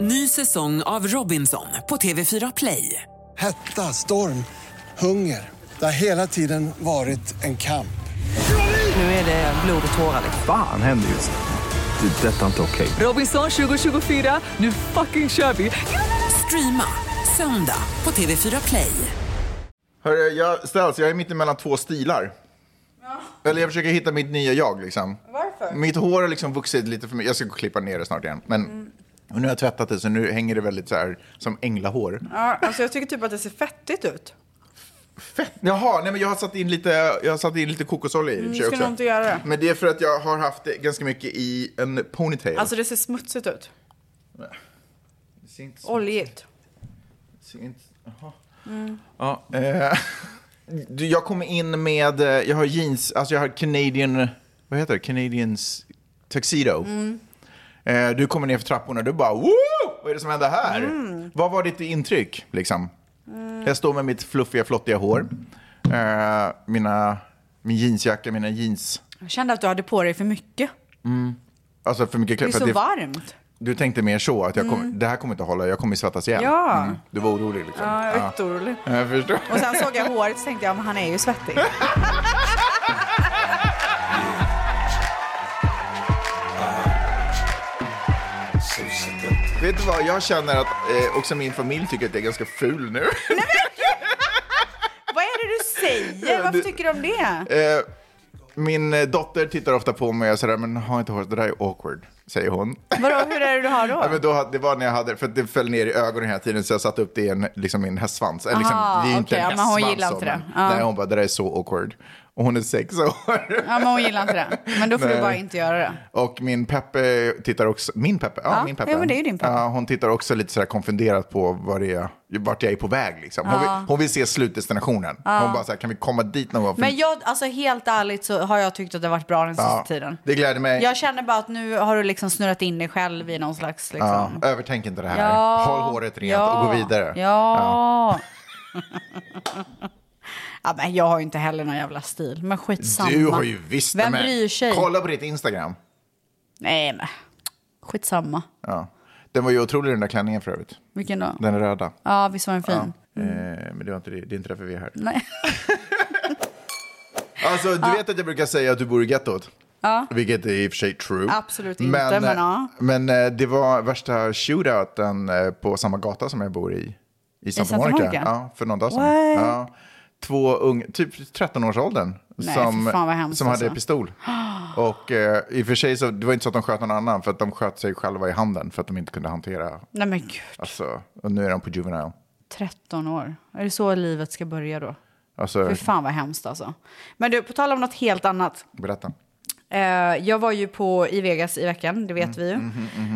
Ny säsong av Robinson på TV4 Play. Hetta, storm, hunger. Det har hela tiden varit en kamp. Nu är det blod och tårar. liksom. Fan händer just nu. Det. är Detta är inte okej. Robinson 2024, nu fucking kör vi! Streama söndag på TV4 Play. Hörru, jag ställs, jag är mitt emellan två stilar. Eller jag försöker hitta mitt nya jag liksom. Varför? Mitt hår har liksom vuxit lite för mycket. Jag ska gå och klippa ner det snart igen. Men Mm. och nu har jag tvättat det så nu hänger det väldigt så här som änglahår. Ja, alltså jag tycker typ att det ser fettigt ut. Fett! Jaha, nej men jag har satt in lite, jag har satt in lite kokosolja i det i och för sig ska också. nog inte göra Mm, det. Men det är för att jag har haft det ganska mycket i en ponytail. Alltså det ser smutsigt ut. det ser inte så- Oljigt. Ser inte- Jaha. Mm. Ja, eh, du, jag kommer in med, eh, jag har jeans, alltså jag har Canadian, vad heter det? Canadians tuxedo. Mm. Eh, du kommer ner för trapporna, du bara Woo! Vad är det som händer här? Mm. Vad var ditt intryck liksom? Jag står med mitt fluffiga, flottiga hår. Eh, mina, min jeansjacka, mina jeans. Jag kände att du hade på dig för mycket. Alltså för mycket Det är kläder. så för att varmt. Du tänkte mer så, att jag kommer- det här kommer inte hålla, jag kommer svettas igen. Ja. Du var orolig liksom. Ja, jag är jätteorolig. Jag förstår. Och sen såg jag håret och tänkte jag, men han är ju svettig. Vet du vad, jag känner att eh, också min familj tycker att jag är ganska ful nu. Vad är det du säger? Du- Varför tycker du om det? eh, min eh, dotter tittar ofta på mig och säger men ha inte håret, det där är awkward, säger hon. Vadå, hur är det du har Ja, men då? då, det var när jag hade, för att det föll ner i ögonen hela tiden så jag satte upp det i en, liksom, i en hästsvans. Eller, liksom, Aha, det är ju inte Ah, en okej, ja, men hon hästsvans gillar så, inte det. men- Ja. Nej, hon bara, det där är så awkward. Och hon är sex år. Ja, men hon gillar inte det. Men då får Nej. du bara inte göra det. Och min Peppe tittar också, min Peppe, ja, Ja, min Peppe. ja, men det är ju din Peppe. Ja, hon tittar också lite sådär konfunderat på vad det är, vart jag är på väg liksom. Hon, vill, hon vill se slutdestinationen. Hon bara såhär, kan vi komma dit någon gång? För- Men jag, alltså helt ärligt så har jag tyckt att det har varit bra den sista Ja, tiden. Det gläder mig. Jag känner bara att nu har du liksom snurrat in dig själv i någon slags liksom... ja, övertänk inte det här. Ja. Håll håret rent Ja. och gå vidare. Ja. ja, men jag har ju inte heller någon jävla stil, men skitsamma. Du har ju visst Vem med. bryr sig? Kolla på ditt Instagram. Nej, men skitsamma. Ja. Den var ju otrolig den där klänningen för övrigt. Vilken då? Den röda. Ja, visst var den fin? Eh, men det, var inte det. det är inte därför vi är här. Mm. Nej. Alltså, du vet att jag brukar säga att du bor i gettot. Vilket är i och för sig true. Absolut inte, men ja. men, eh, det var värsta shootouten eh, på samma gata som jag bor i. I Santa, Santa Monica. Monica? Ja, för någon dag sedan. What? Ja, två unga, typ 13-årsåldern. Nej, Som, fy fan vad hemskt som hade alltså. pistol. Och eh, i och för sig så, det var inte så att de sköt någon annan. För att de sköt sig själva i handen. För att de inte kunde hantera. Nej, men gud. Alltså, och nu är de på juvenile. 13 år. Är det så livet ska börja då? Alltså, Fy fan vad hemskt alltså. Men du, på tal om något helt annat. berätta. Eh, jag var ju på i Vegas i veckan, det vet Mm,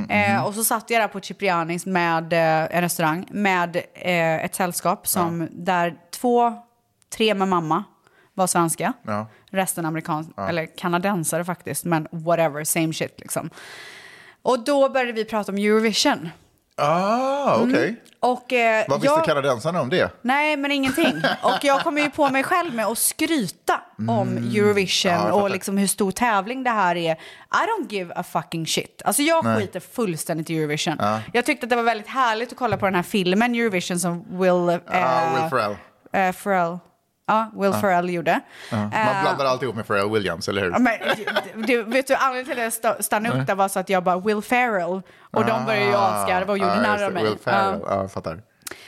vi ju. eh, och så satt jag där på Ciprianis med eh, en restaurang med eh, ett sällskap som där två, tre med mamma var svenska. Ja. Resten amerikan eller kanadensare faktiskt, men whatever, same shit liksom. Och då började vi prata om Eurovision. Ah, okej. Och, eh, Vad visste jag... kanadensarna om det? Nej, men ingenting. Och jag kommer ju på mig själv med att skryta om Eurovision Mm. jag fattar. och liksom hur stor tävling det här är. I don't give a fucking shit. Alltså jag skiter fullständigt i Eurovision. Jag tyckte att det var väldigt härligt att kolla på den här filmen Eurovision som Will... Eh, Ah, Will Ferrell. Ah. eh, Ferrell. Ja, Will Ferrell gjorde. Eh, Man blandar alltid ihop med Pharrell Williams, eller hur? Ja, Men, du, du, vet du, anledningen till att jag sta- stannade upp där var så att jag bara Will Ferrell. Och de började ju avskarva och gjorde Ah, narr just av det. mig. Will Ferrell, ja, jag fattar.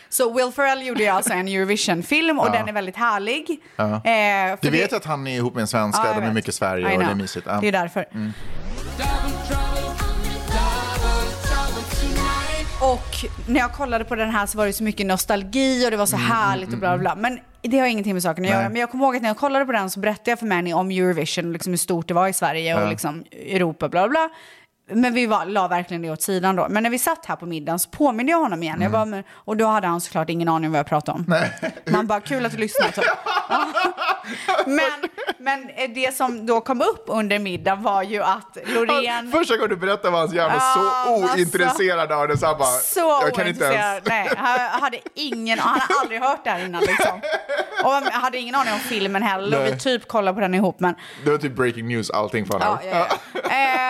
Så Will Ferrell gjorde ju alltså en Eurovision-film och den är väldigt härlig. Eh, för Du vet det- att han är ihop med en svenska, Ja, jag de är vet. mycket i I Sverige och det är know. mysigt. Ja. Mm. Det är därför. Och när jag kollade på den här så var det så mycket nostalgi och det var så härligt och bla bla bla. Men det har ingenting med saken att göra. Men jag kommer ihåg att när jag kollade på den så berättade jag för Manny om Eurovision, liksom hur stort det var i Sverige och liksom Europa bla bla. Men vi var, la verkligen det åt sidan då. Men när vi satt här på middagen så påminde jag honom igen. Jag bara, men, och då hade han såklart ingen aning om vad jag pratade om. Man bara, kul att du lyssnar. typ. Men, men det som då kom upp under middagen var ju att Loreen... Första gången du berättar var hans hjärna Ah, så alltså. ointresserad av det så han bara, Så jag kan inte ens. ointresserad. Nej, han hade ingen... Han hade aldrig hört det här innan liksom. Och jag hade ingen aning om filmen heller. Och vi Nej. typ kollade på den ihop. Men, Det var typ breaking news, allting för ja, ja, ja.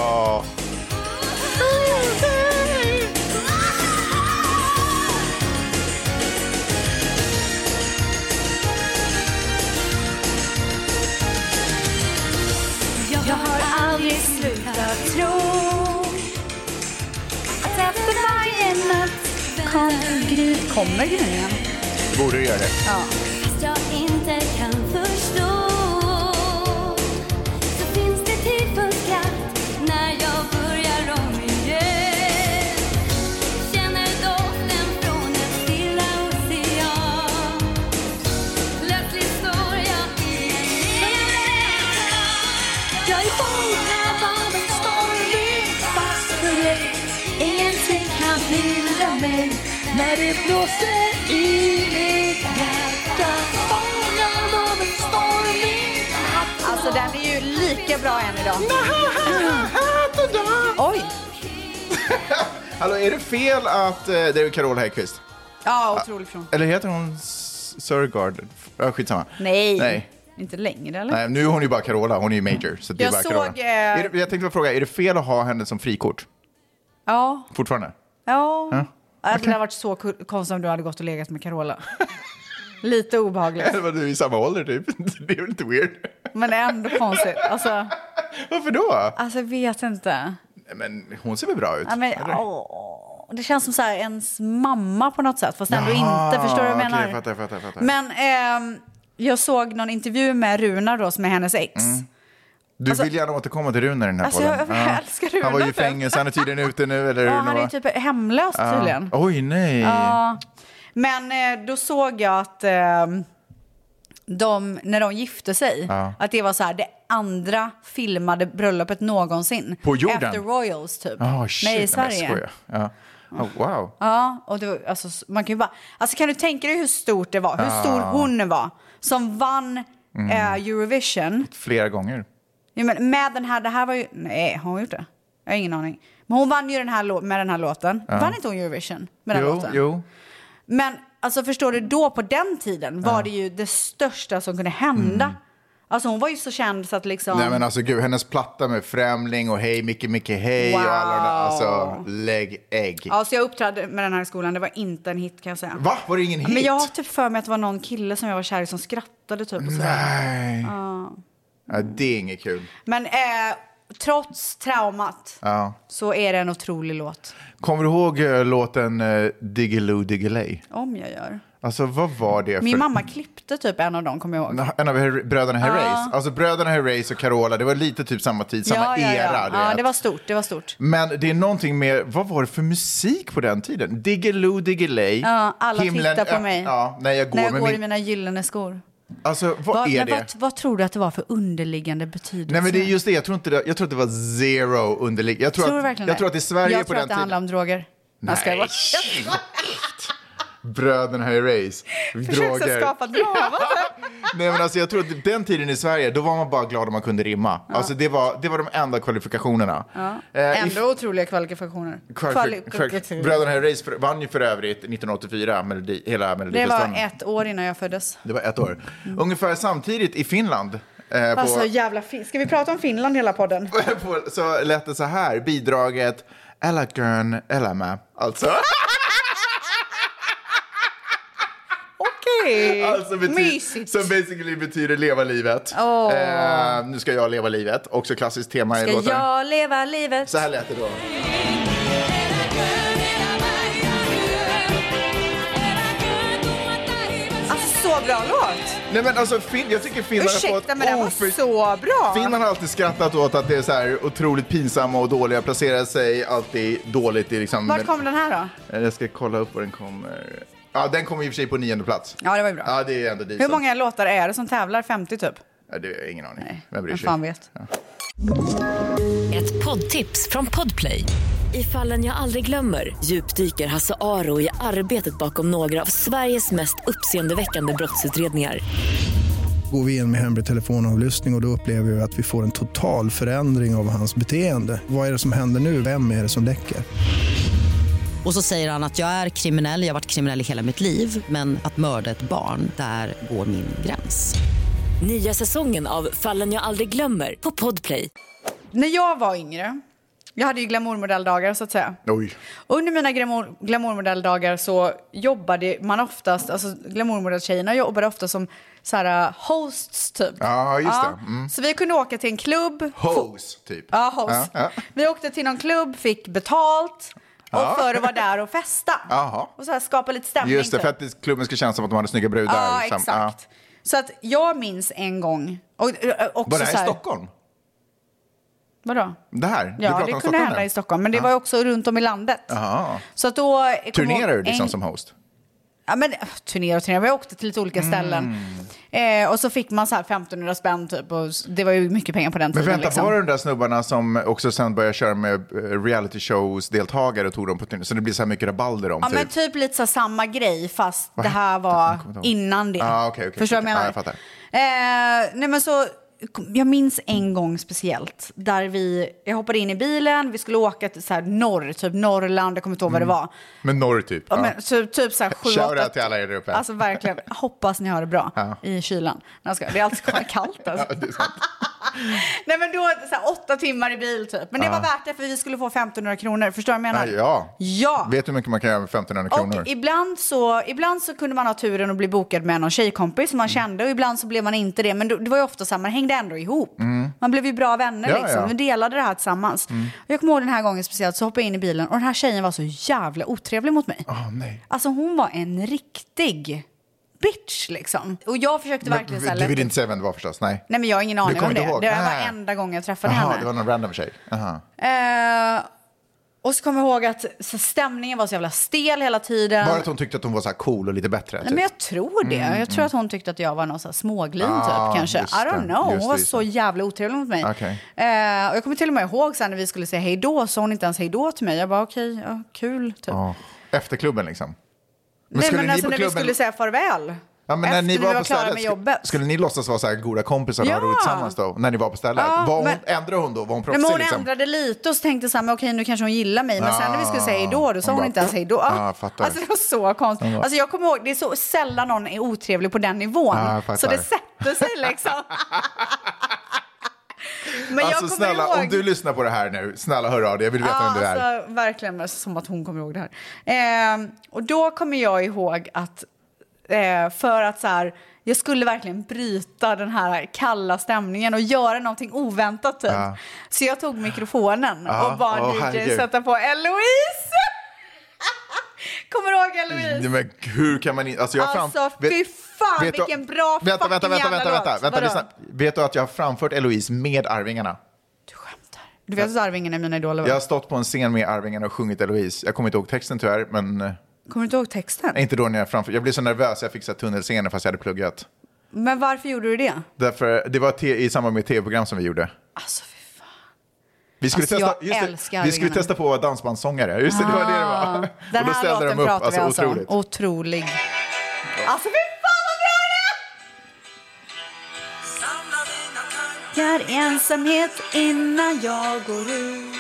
Jag har aldrig slutat tro att efter varje natt kommer gryningen. Kommer gryningen? Du borde göra det. Ja. Fast jag inte kan förstå Så finns det tid för skratt När jag börjar om igen Känner doften från en stilla ocean Plötsligt står jag i en egen Jag är fångad av en stormvind fast för dig Ingenting kan hindra mig när det blåser i mitt hjärta Fångad av en stormvind Alltså den är ju lika bra än idag. Oj! Hallå, är det fel att... eh, Det är Carola Häggkvist. Ja, otrolig person. Eller heter hon S- Sörgard? Ja, skitsamma. Nej. Nej. Inte längre eller? Nej, nu är hon ju bara Carola. Hon är ju major. Så det är Jag bara såg, Carola. eh, Är det, jag tänkte bara fråga, är det fel att ha henne som frikort? Ja, Fortfarande? ja. Ja. Det hade varit så ku- konstigt om du hade gått och legat med Carola. Lite obehagligt, Eller var du i samma ålder typ? Det är väl lite weird. men ändå konstigt. Alltså, Varför då? alltså jag vet inte. Nej, Men hon ser väl bra ut? Ja, men, Eller? åh, det känns som så här ens mamma på något sätt, fast ändå Jaha, inte. Förstår du vad jag Ah, okej, menar? jag fattar, jag fattar, jag fattar. Men ehm, jag såg någon intervju med Runar då, som är hennes ex. Mm. Du vill gärna återkomma till Rune i den här Alltså, podden. Ah. jag- jag älskar Rune Han var ju i typ. fängelse, han är tydligen ute nu. Eller hur Ja, det han är var. ju typ hemlös Ja. tydligen. Oj, nej. Ja. Men eh, då såg jag att ehm, de, när de gifte sig, Ja. att det var så här det andra filmade bröllopet någonsin. På jorden? Efter Royals typ. Ah, shit, Nej, i men jag Sverige. skojar. Ja. Oh, wow. Ja, och det var, alltså, s- man kan ju bara, alltså kan du tänka dig hur stort det var? Hur Ah. stor hon var som vann Mm. eh, Eurovision. Flera gånger. Ja, men med den här, det här var ju, nej har hon gjort det? Jag har ingen aning. Men hon vann ju den här, lå- med den här låten. Vann inte hon Eurovision med den jo, låten? jo. Men alltså förstår du, då på den tiden var det ju det största som kunde hända. Alltså hon var ju så känd så att liksom... Mm. Nej men alltså gud, hennes platta med Främling och Hej Micke Micke Hej och alla de där. Alltså, lägg ägg. Ja, så jag uppträdde med den här i skolan, det var inte en hit kan jag säga. Va? Var det ingen hit? Men jag har typ för mig att det var någon kille som jag var kär i som skrattade typ och sådär. Nej. Ja, det är inget kul. Men eh, trots traumat Ja. så är det en otrolig låt. Kommer du ihåg eh, låten eh, Diggiloo Diggiley? Om jag gör. Alltså vad var det för... Min mamma klippte typ en av dem kommer jag ihåg. En av Her- bröderna Herreys. Alltså bröderna Herreys och Carola, det var lite typ samma tid, samma era. du Ja, vet. det var stort, det var stort. Men det är någonting med, vad var det för musik på den tiden? Diggiloo Diggiley. Ja, alla tittar på öpp- mig. Ja, när jag går När jag med går i min... mina gyllene skor. Alltså vad Vad- är men det? Vad, vad tror du att det var för underliggande betydelse? Nej men det är just det, jag tror inte det, jag tror att det var zero underliggande. Jag tror, tror du att, verkligen jag tror att i Sverige jag på tror den att det tiden... handlar om droger. Jag skojar bara. shit. Bröderna Herreys. Försökte Droger. skapa drama. Nej men alltså jag tror att den tiden i Sverige, då var man bara glad om man kunde rimma. Alltså det var, det var de enda kvalifikationerna. Eh, i- Ändå otroliga kvalifikationer. Kvali- kvali- Bröderna Herreys för- vann ju för övrigt 1984, melodi, hela Det var Melodifestivalen. ett Mm. år innan jag föddes. Det var ett år. Ungefär samtidigt i Finland. Eh, på, Alltså jävla fin- Ska vi prata om Finland hela podden? på, så lät det så här, bidraget Eläkön elämä. Alltså, Okej! alltså betyder, Mysigt. som basically betyder leva livet. Eh, nu ska jag leva livet, också klassiskt tema i Ska låten. jag leva livet? Så här lät det då. Alltså så bra låt! Nej men alltså, fin- jag tycker Finland har fått Ursäkta men den var oför- så bra! Finland har alltid skrattat åt att det är så här otroligt pinsamma och dåliga, placerar sig alltid dåligt i liksom... Vart kom den här då? Eh, Jag ska kolla upp var den kommer. Ja, den kommer i och för sig på nionde plats. Ja, det var ju bra. Ja, det är ändå decent. Hur många låtar är det som tävlar? 50 typ? Ja, det är ingen aning. Nej, Vem bryr vem sig? fan vet. Ett poddtips från Podplay. I fallen jag aldrig glömmer djupdyker Hasse Aro i arbetet bakom några av Sveriges mest uppseendeväckande brottsutredningar. Går vi in med hemlig telefonavlyssning och, och då upplever vi att vi får en total förändring av hans beteende. Vad är det som händer nu? Vem är det som läcker? Och så säger han att jag är kriminell, jag har varit kriminell i hela mitt liv men att mörda ett barn, där går min gräns. Nya säsongen av Fallen jag aldrig glömmer på Podplay. När jag var yngre, jag hade ju glamourmodelldagar så att säga. Oj. Under mina glamour, glamourmodelldagar så jobbade man oftast, alltså glamourmodelltjejerna jobbade ofta som så här, uh, hosts typ. Ja, just det. Mm. Så vi kunde åka till en klubb. Hose, typ. Ja, host. Ja, ja. Vi åkte till någon klubb, fick betalt och Ja. för att vara där och festa. Jaha. Och så här skapa lite stämning. Just det, liksom. typ. för att det- klubben ska kännas som att de hade snygga brudar. Ja, Sam- exakt. Så att jag minns en gång. Och, ö, också Var det så här i här, Stockholm? Vadå? Det här? Ja, det om kunde Stockholm hända nu. i Stockholm, men det var ju också runt om i landet. Jaha. Så att då... jag kommer ihåg Turnerar du liksom en- som host? Ja, men öh, turnera och turnera. Vi åkte till lite olika Mm. ställen. Eh, och så fick man så här 1500 spänn typ. Och s- det var ju mycket pengar på den Men tiden. vänta, liksom. var det de där snubbarna som också sen började köra med eh, reality shows deltagare och tog dem på turné? Så det blir så här mycket rabalder om Ja, typ. men typ lite så här samma grej, fast Vad det här var kommer inte ihåg. innan det. Ah, okej, okej, Förstår du vad okej. jag menar? Ja, jag fattar. Eh, nej, men så, jag minns en gång speciellt där vi, jag hoppade in i bilen, vi skulle åka till så här norr, typ Norrland, jag kommer inte ihåg Mm. vad det var. Men norr typ. Ja, men, typ, typ så här sju, åtta- Shoutout till alla er där uppe. Alltså verkligen, hoppas ni har det bra Ja. i kylan. Nej, jag skojar. Det är alltid så kallt alltså. Nej men då, så här, åtta timmar i bil typ. Men det Ja. var värt det för vi skulle få 1500 kronor, förstår du vad jag menar? Ah, ja. Ja. Vet du hur mycket man kan göra med 1500 kronor? Och ibland så, ibland så kunde man ha turen att bli bokad med någon tjejkompis Mm. som man kände och ibland så blev man inte det. Men då, det var ju ofta så här, man hängde ändå ihop. Mm. Man blev ju bra vänner Ja, liksom. ja. Vi delade det här tillsammans. Mm. Och jag kommer ihåg den här gången speciellt så hoppade jag in i bilen och den här tjejen var så jävla otrevlig mot mig. Ah, nej. Alltså hon var en riktig bitch liksom. Och jag försökte verkligen så här, Men, du vill lätt- inte säga vem det var förstås? Nej. Nej men jag har ingen Du aning kommer om det. inte ihåg? Det var Nej. enda gången jag träffade Jaha, henne. det var någon random tjej. Aha. Eh, och så kommer jag ihåg att så stämningen var så jävla stel hela tiden. Bara att hon tyckte att hon var så här cool och lite bättre. typ. Nej, men jag tror det. Mm, jag tror att hon tyckte att jag var någon sån här småglin Ah, typ kanske. I just don't det, just know. Hon det, var just så jävla otrevlig mot mig. Okej. Eh, och jag kommer till och med ihåg sen när vi skulle säga hej då så hon inte ens hej då till mig. Jag bara okej, ja, kul. Typ. Ja. Efter klubben liksom? Men Nej skulle men ni alltså på när vi klubben- skulle säga farväl. Ja, men när efter ni var, vi var på klara stället, med sk- jobbet. Skulle ni låtsas vara så här goda kompisar och Ja. ha roligt tillsammans då? När ni var på stället? Ja, var hon, men- Ändrade hon då? Var hon Nej, proffsig men hon liksom? ändrade lite och så tänkte jag så här, men okej nu kanske hon gillar mig. Men sen när vi skulle säga hej då, då sa Hon hon, bara, inte ens hej då. "Ah, jag fattar." Alltså det var så konstigt. Hon bara- Alltså jag kommer ihåg, det är så sällan någon är otrevlig på den nivån. Ja, jag fattar. så det sätter sig liksom. men jag alltså kommer snälla, ihåg. om du lyssnar på det här nu, snälla hör av dig. Jag vill veta Ja, vem det är. alltså, verkligen, men som att hon kommer ihåg det här. Eh, och då kommer jag ihåg att eh, för att så här, jag skulle verkligen bryta den här kalla stämningen och göra någonting oväntat typ. Ja. Så jag tog mikrofonen Ja, och bad åh, DJ herregud. sätta på Eloise! kommer du ihåg Eloise? Mm. Nej, men hur kan man inte... Alltså, jag har Alltså, fram- fy fan, du- vilken bra vänta, vänta, fucking vänta, jävla vänta, vänta, låt. vänta, Vadå? lyssna. Vet du att jag har framfört Eloise med Arvingarna? Du vet att Arvingen är mina idoler va? Jag har stått på en scen med Arvingarna och sjungit Eloise. Jag kommer inte ihåg texten tyvärr, men... eh, Kommer du inte ihåg texten? Nej, Inte då när jag framför... Jag blev så nervös, jag fick så här tunnelscener fast jag hade pluggat. Men varför gjorde du det? Därför, det var te- i samband med ett tv-program som vi gjorde. Alltså, fy fan. Vi skulle, Alltså, testa, jag just älskar det, vi skulle Arvingarna. testa på att vara dansbandssångare. Just det, det var det det Ah, var. Den och då här ställde låten de upp, pratar alltså, vi alltså. otroligt. Otrolig. Alltså fy fan vad bra det är! Jag är ensamhet innan jag går ut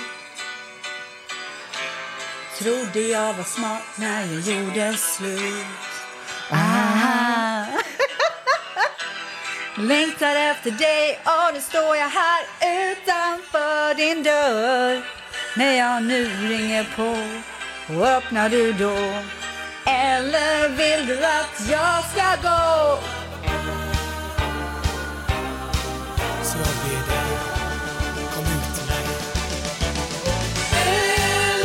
Trodde jag var smart när jag gjorde slut ah. Längtar efter dig och nu står jag här utanför din dörr När jag nu ringer på och öppnar du då Eller vill du att jag ska gå? Så blir det. Kom ut till mig.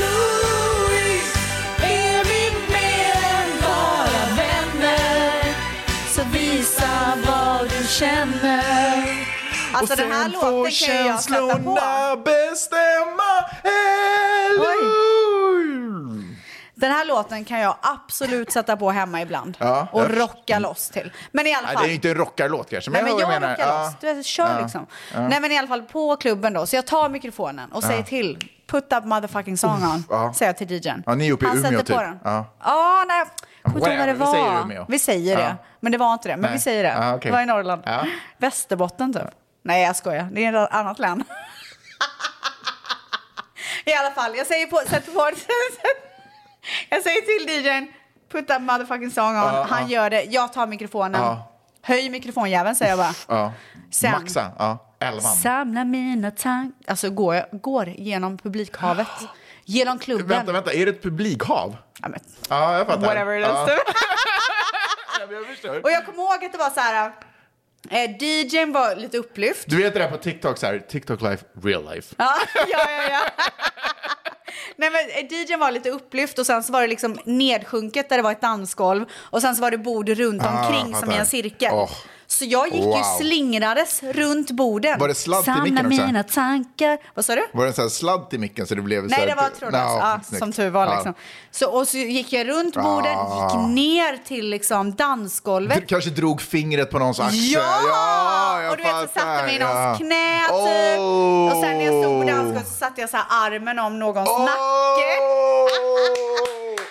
Eloise, är vi mer än bara vänner? Så visa vad du känner. Alltså den här låten kan ju jag sätta på. bestämma Eloise. Den här låten kan jag absolut sätta på hemma ibland. Ja, och jag- rocka loss till. Men i alla Nej, fall. det är ju inte en rockarlåt kanske, men Nej, men jag, jag hör vad du rockar menar. loss. Du vet, kör Ja. liksom. Ja. Nej, men i alla fall på klubben då. Så jag tar mikrofonen och Ja. säger till. Put that motherfucking song Uff, on, ja. säger jag till DJn. Ja, ni är uppe i Han Umeå sätter typ. på den. Ja. Ja, nej. Jag kommer inte ihåg Whatever, vad det vi säger var. Umeå. vi säger det. Ja. Men det var inte det. Men Nej. vi säger det. Ja, okej. Det var i Norrland. Ja. Västerbotten typ. Nej, jag skojar. Det är ett annat län. I alla fall, jag säger på, sätter på Jag säger till DJn, put that motherfucking song on. Ja, Han ja. gör det. Jag tar mikrofonen. Ja. Höj mikrofonjäveln säger jag bara. Ja. Sen- Maxa, ja. Elvan. Samla mina tankar. Alltså går, jag, går genom publikhavet. Genom klubben. Vänta, vänta, är det ett publikhav? Ja, men... ja jag fattar. Whatever it is. Ja. Ja, men jag förstår. Och jag kommer ihåg att det var så här. Eh, DJn var lite upplyft. Du vet det där på TikTok, så här, TikTok life, real life. Ja, ja, ja. ja. Nej, men eh, DJn var lite upplyft och sen så var det liksom nedsjunket där det var ett dansgolv och sen så var det bord runt Ah, omkring som fattar. i en cirkel. Åh. Så jag gick Wow. ju slingrades runt borden. Var det sladd till Samla micken också? mina tankar. Vad sa du? Var det en sån här sladd till micken så det blev så Nej, här, det var trådlöst. Ja, ja, snyggt. som tur var. Ja. Liksom. Så, och så gick jag runt Ah. bordet, gick ner till liksom, Du dansgolvet. kanske drog fingret på någons axel. Ja! ja jag och du vet, så satte fattar, jag mig i ja. Oh. någons knä typ. Och sen när jag stod på dansgolvet så satte jag så här armen om någons nacke.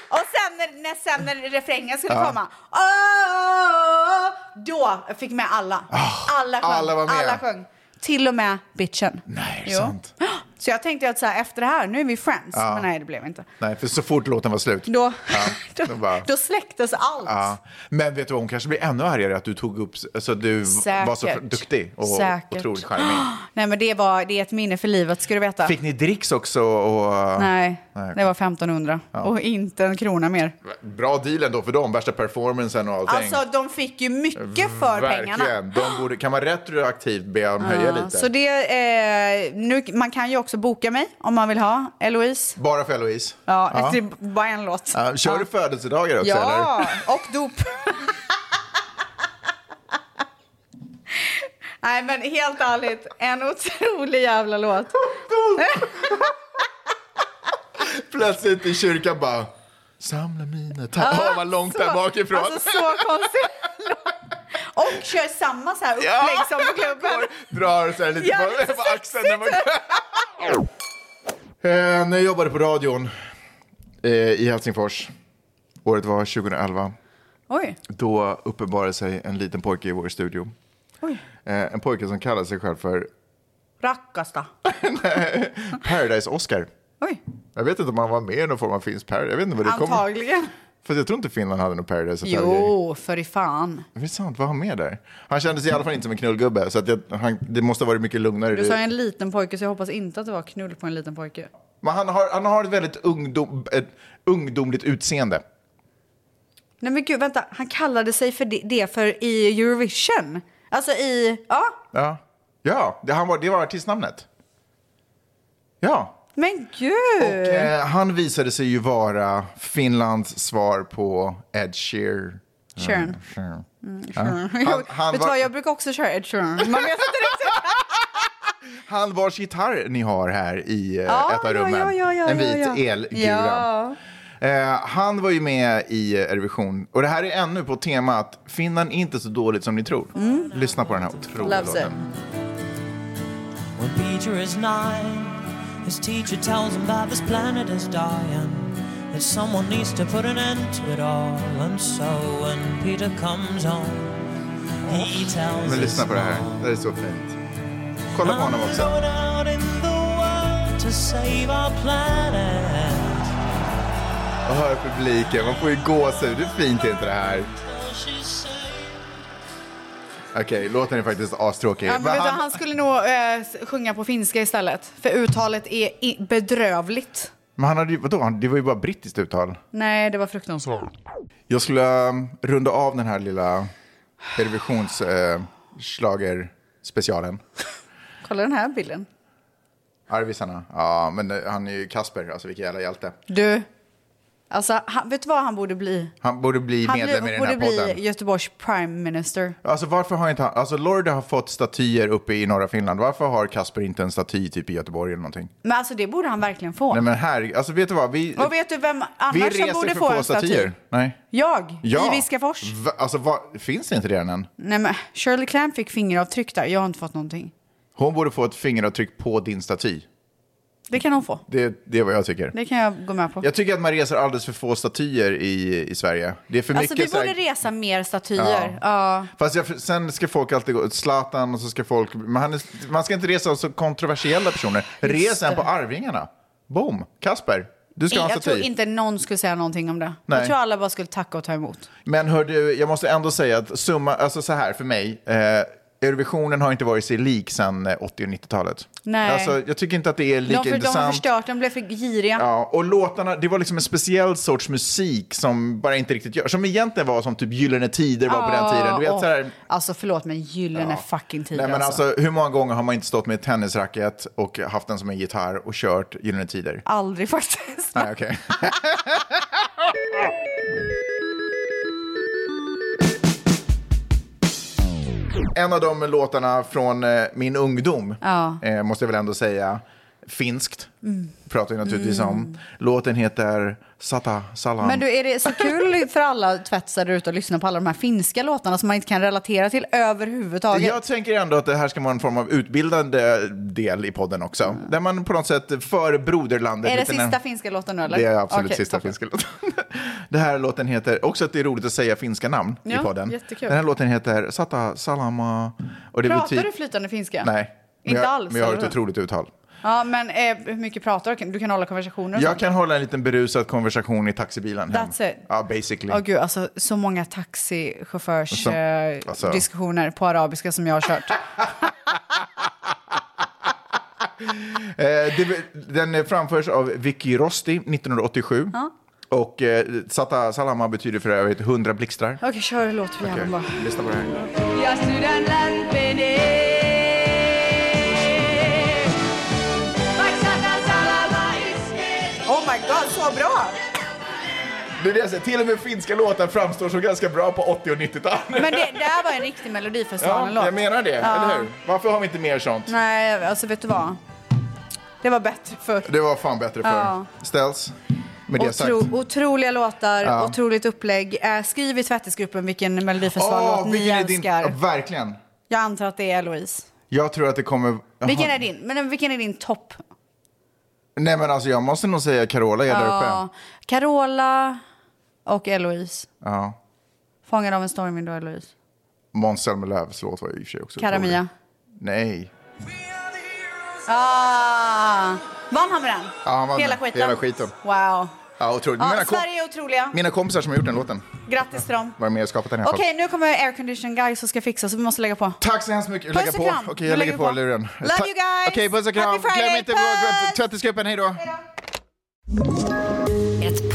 och sen när, när, sen när refrängen skulle Ja. komma. "Åh", då fick jag med alla. alla sjöng. Ah, alla var med. alla sjöng. Till och med bitchen. Nej, det är sant. Så jag tänkte att så här, efter det här, nu är vi friends. Ja. Men nej, det blev inte. Nej, för så fort låten var slut. Då, Ja, då bara, då släcktes allt. ja. Men vet du vad, hon kanske blir ännu argare att du tog upp, alltså du var så Säkert. duktig och Säkert. otroligt charmig. Nej, men det, var, det är ett minne för livet, ska du veta. Fick ni dricks också? Och, Nej, Nej. det var 1500 Ja. och inte en krona mer. Bra deal ändå för dem, värsta performancen och allting. Alltså, de fick ju mycket för Verkligen. pengarna. De borde, kan man retroaktivt be dem höja Ja, lite? Så det, eh, nu, man kan ju också boka mig om man vill ha Eloise. Bara för Eloise? Ja, Det är bara en låt. Ja, Kör du födelsedagar också Ja, eller? och dop. Nej, men helt ärligt, en otrolig jävla låt. Plötsligt i kyrkan bara, samla mina tankar. Åh, vad långt där Så- bakifrån. Alltså så konstigt. Och kör samma så här upplägg Ja. som på klubben. Drar så här lite Ja, det är på, så på axeln. När, man... eh, när jag jobbade på radion eh, i Helsingfors, året var 2011, Oj. då uppenbarade sig en liten pojke i vår studio. Oj. Eh, en pojke som kallade sig själv för Rackasta. Paradise-Oscar. Oj. Jag vet inte om han var med i någon form av Finns Paradise. Jag vet inte vad det kommer. Antagligen. För jag tror inte Finland hade något Paradise Hotel. Jo, för i fan. Det är sant, vad har han med där? Han kändes i alla fall inte som en knullgubbe, så att jag, han, det måste ha varit mycket lugnare. Du sa ju en liten pojke så jag hoppas inte att det var knull på en liten pojke. Men han har, han har ett väldigt ungdom, ett ungdomligt utseende. Nej men gud, vänta. Han kallade sig för det, det för i Eurovision. Alltså i, ja. Ja, ja det, han var, det var artistnamnet. Ja, Men gud. eh, han visade sig ju vara Finlands svar på Ed Sheer. Sheeran. Sheeran. Mm, Ja. Sharon. Han, han, Vet du vad, var, jag brukar också köra Ed Sheeran. Man vet inte han vars gitarr ni har här i eh, Ja, ett av ja, rummen. ja, ja, ja, en vit ja, ja. elgura. Ja. Eh, han var ju med i eh, Eurovision. Och det här är ännu på temat Finland är inte så dåligt som ni tror. Mm. Lyssna på den här otroliga Loves it. låten. When Peter is nine, his teacher tells him that this planet is dying, that someone needs to put an end to it all. And so when Peter comes home, he tells Men his lyssna på det här. Det här är så fint. Kolla Ah. på honom också. going out in the world to save our planet. Och hör publiken. Man får ju gåshud. Hur fint är inte det här? Okej, låten är faktiskt astråkig. Ja, men Men vet du, han skulle nog eh, sjunga på finska istället. För uttalet är i- bedrövligt. men han hade ju, vadå? Han- Det var ju bara brittiskt uttal. Nej, det var fruktansvärt. Jag skulle um, runda av den här lilla eh, Eurovisionsschlagerspecialen. Kolla den här bilden. Arvisarna. Ja, men eh, han är ju Kasper, alltså vilken jävla hjälte. Du, Alltså, han, vet du vad han borde bli? Han borde bli han medlem bli- i den borde här podden. bli Göteborgs prime minister. Alltså varför har inte han, alltså Lorde har fått statyer uppe i norra Finland. Varför har Kasper inte en staty typ i Göteborg eller någonting? Men alltså det borde han verkligen få. Nej men här, alltså vet du vad? Vi, Och vet du vem vi annars som reser borde för få få en staty? statyer. Nej. Jag, Ja. i Viskafors. Va, alltså vad- finns det inte redan än? Nej men, Shirley Clamp fick fingeravtryck där. Jag har inte fått någonting. Hon borde få ett fingeravtryck på din staty. Det kan hon få. Det, det är vad jag tycker. Det kan jag gå med på. Jag tycker att man reser alldeles för få statyer i, i Sverige. Det är för alltså vi mycket så här- borde resa mer statyer. Ja. Fast jag, sen ska folk alltid gå, Zlatan och så ska folk, men han är, man ska inte resa av så kontroversiella personer. Res det. sen på Arvingarna. Boom! Kasper, du ska ha en jag tror staty. inte någon skulle säga någonting om det. Jag Nej. tror alla bara skulle tacka och ta emot. Men hör du, jag måste ändå säga att summa, alltså så här för mig, eh, Eurovisionen har inte varit sig lik sedan eh, 80 och 90-talet. Nej. Alltså, jag tycker inte att det är lika de, för, de har intressant. förstört, de blev för giriga. Ja, och låtarna, det var liksom en speciell sorts musik som bara inte riktigt gör, som egentligen var som typ Gyllene Tider var på Ah, den tiden. Du vet, och- så här, Alltså förlåt men gyllene fucking tider Nej, men alltså, hur många gånger har man inte stått med ett tennisracket och haft den som en gitarr och kört Gyllene Tider? Aldrig faktiskt. Nej, okej. en av de låtarna från eh, min ungdom, Ja. eh, måste jag väl ändå säga, finskt, Mm. pratar vi naturligtvis Mm. om. Låten heter Sata Salam. Men du, är det så kul för alla tvättsare ute att lyssna på alla de här finska låtarna som man inte kan relatera till överhuvudtaget? Jag tänker ändå att det här ska vara en form av utbildande del i podden också. Där man på något sätt för broderlandet. är det lite sista när- finska låten nu eller? Det är absolut Okej, sista toppen. finska låten. Det här låten heter, också att det är roligt att säga finska namn i Ja, podden. jättekul. Den här låten heter Sata Salama. Och det Pratar betyder- du flytande finska? Nej. Men Inte jag, alls, Men jag har ett eller hur? otroligt uttal. Ja, men eh, hur mycket pratar du? Du kan hålla konversationer och Jag sånt. kan hålla en liten berusad konversation i taxibilen hem. That's it. Ja, basically. Åh gud, alltså så många taxichaufförs Alltså, eh, alltså. diskussioner på arabiska som jag har kört. Eh, det, den framförs av Vicky Rosti 1987. Ja. Och eh, Sata Salama betyder för övrigt 100 blixtrar. Okej, kör en låt för Okej, jäveln bara. lyssna på det här. Ja sydän lämpenee. Vaikka sata salama iskee. Oh my god, så bra! Det är det jag säger, till och med finska låtar framstår som ganska bra på 80 och 90-talet. Men det, det här var en riktig Ja, Melodifestivalen-låt. jag menar det, Ja. eller hur? Varför har vi inte mer sånt? Nej, alltså vet du vad? Det var bättre förr. Det var fan bättre förr. Ja. Ställs, med det sagt. Otro, otroliga låtar, Ja. otroligt upplägg. Eh, skriv i tvättisgruppen vilken Åh, Melodifestivallåt ni Ah, vilken är din? älskar. Ja, verkligen. Jag antar att det är Eloise. Jag tror att det kommer... Jaha. Vilken är din? Men vilken är din topp? Nej men alltså jag måste nog säga Carola är där Ja, uppe. Carola och Eloise. Ja. Fångad av en stormvind och Eloise. Måns Zelmerlöws låt var ju i och för sig också otrolig. Karamia. Nej. Ah, vann han med den? Ja, han vann hela, den. skiten. Hela skiten. Wow. Ja, otroligt. Ja, mina, kom- Sverige är otroliga. mina kompisar som har gjort den låten Grattis till dem. var med och skapat den i alla Okej, fall. nu kommer aircondition guys och ska fixa så vi måste lägga på. Tack så hemskt mycket. Puss Lägga och på. kram. Okej, Nu jag lägger på vi luren. Love Ta- you guys. Okej, puss och kram. Happy Friday. Glöm inte Puss. tvättisgruppen. Hej då. Ett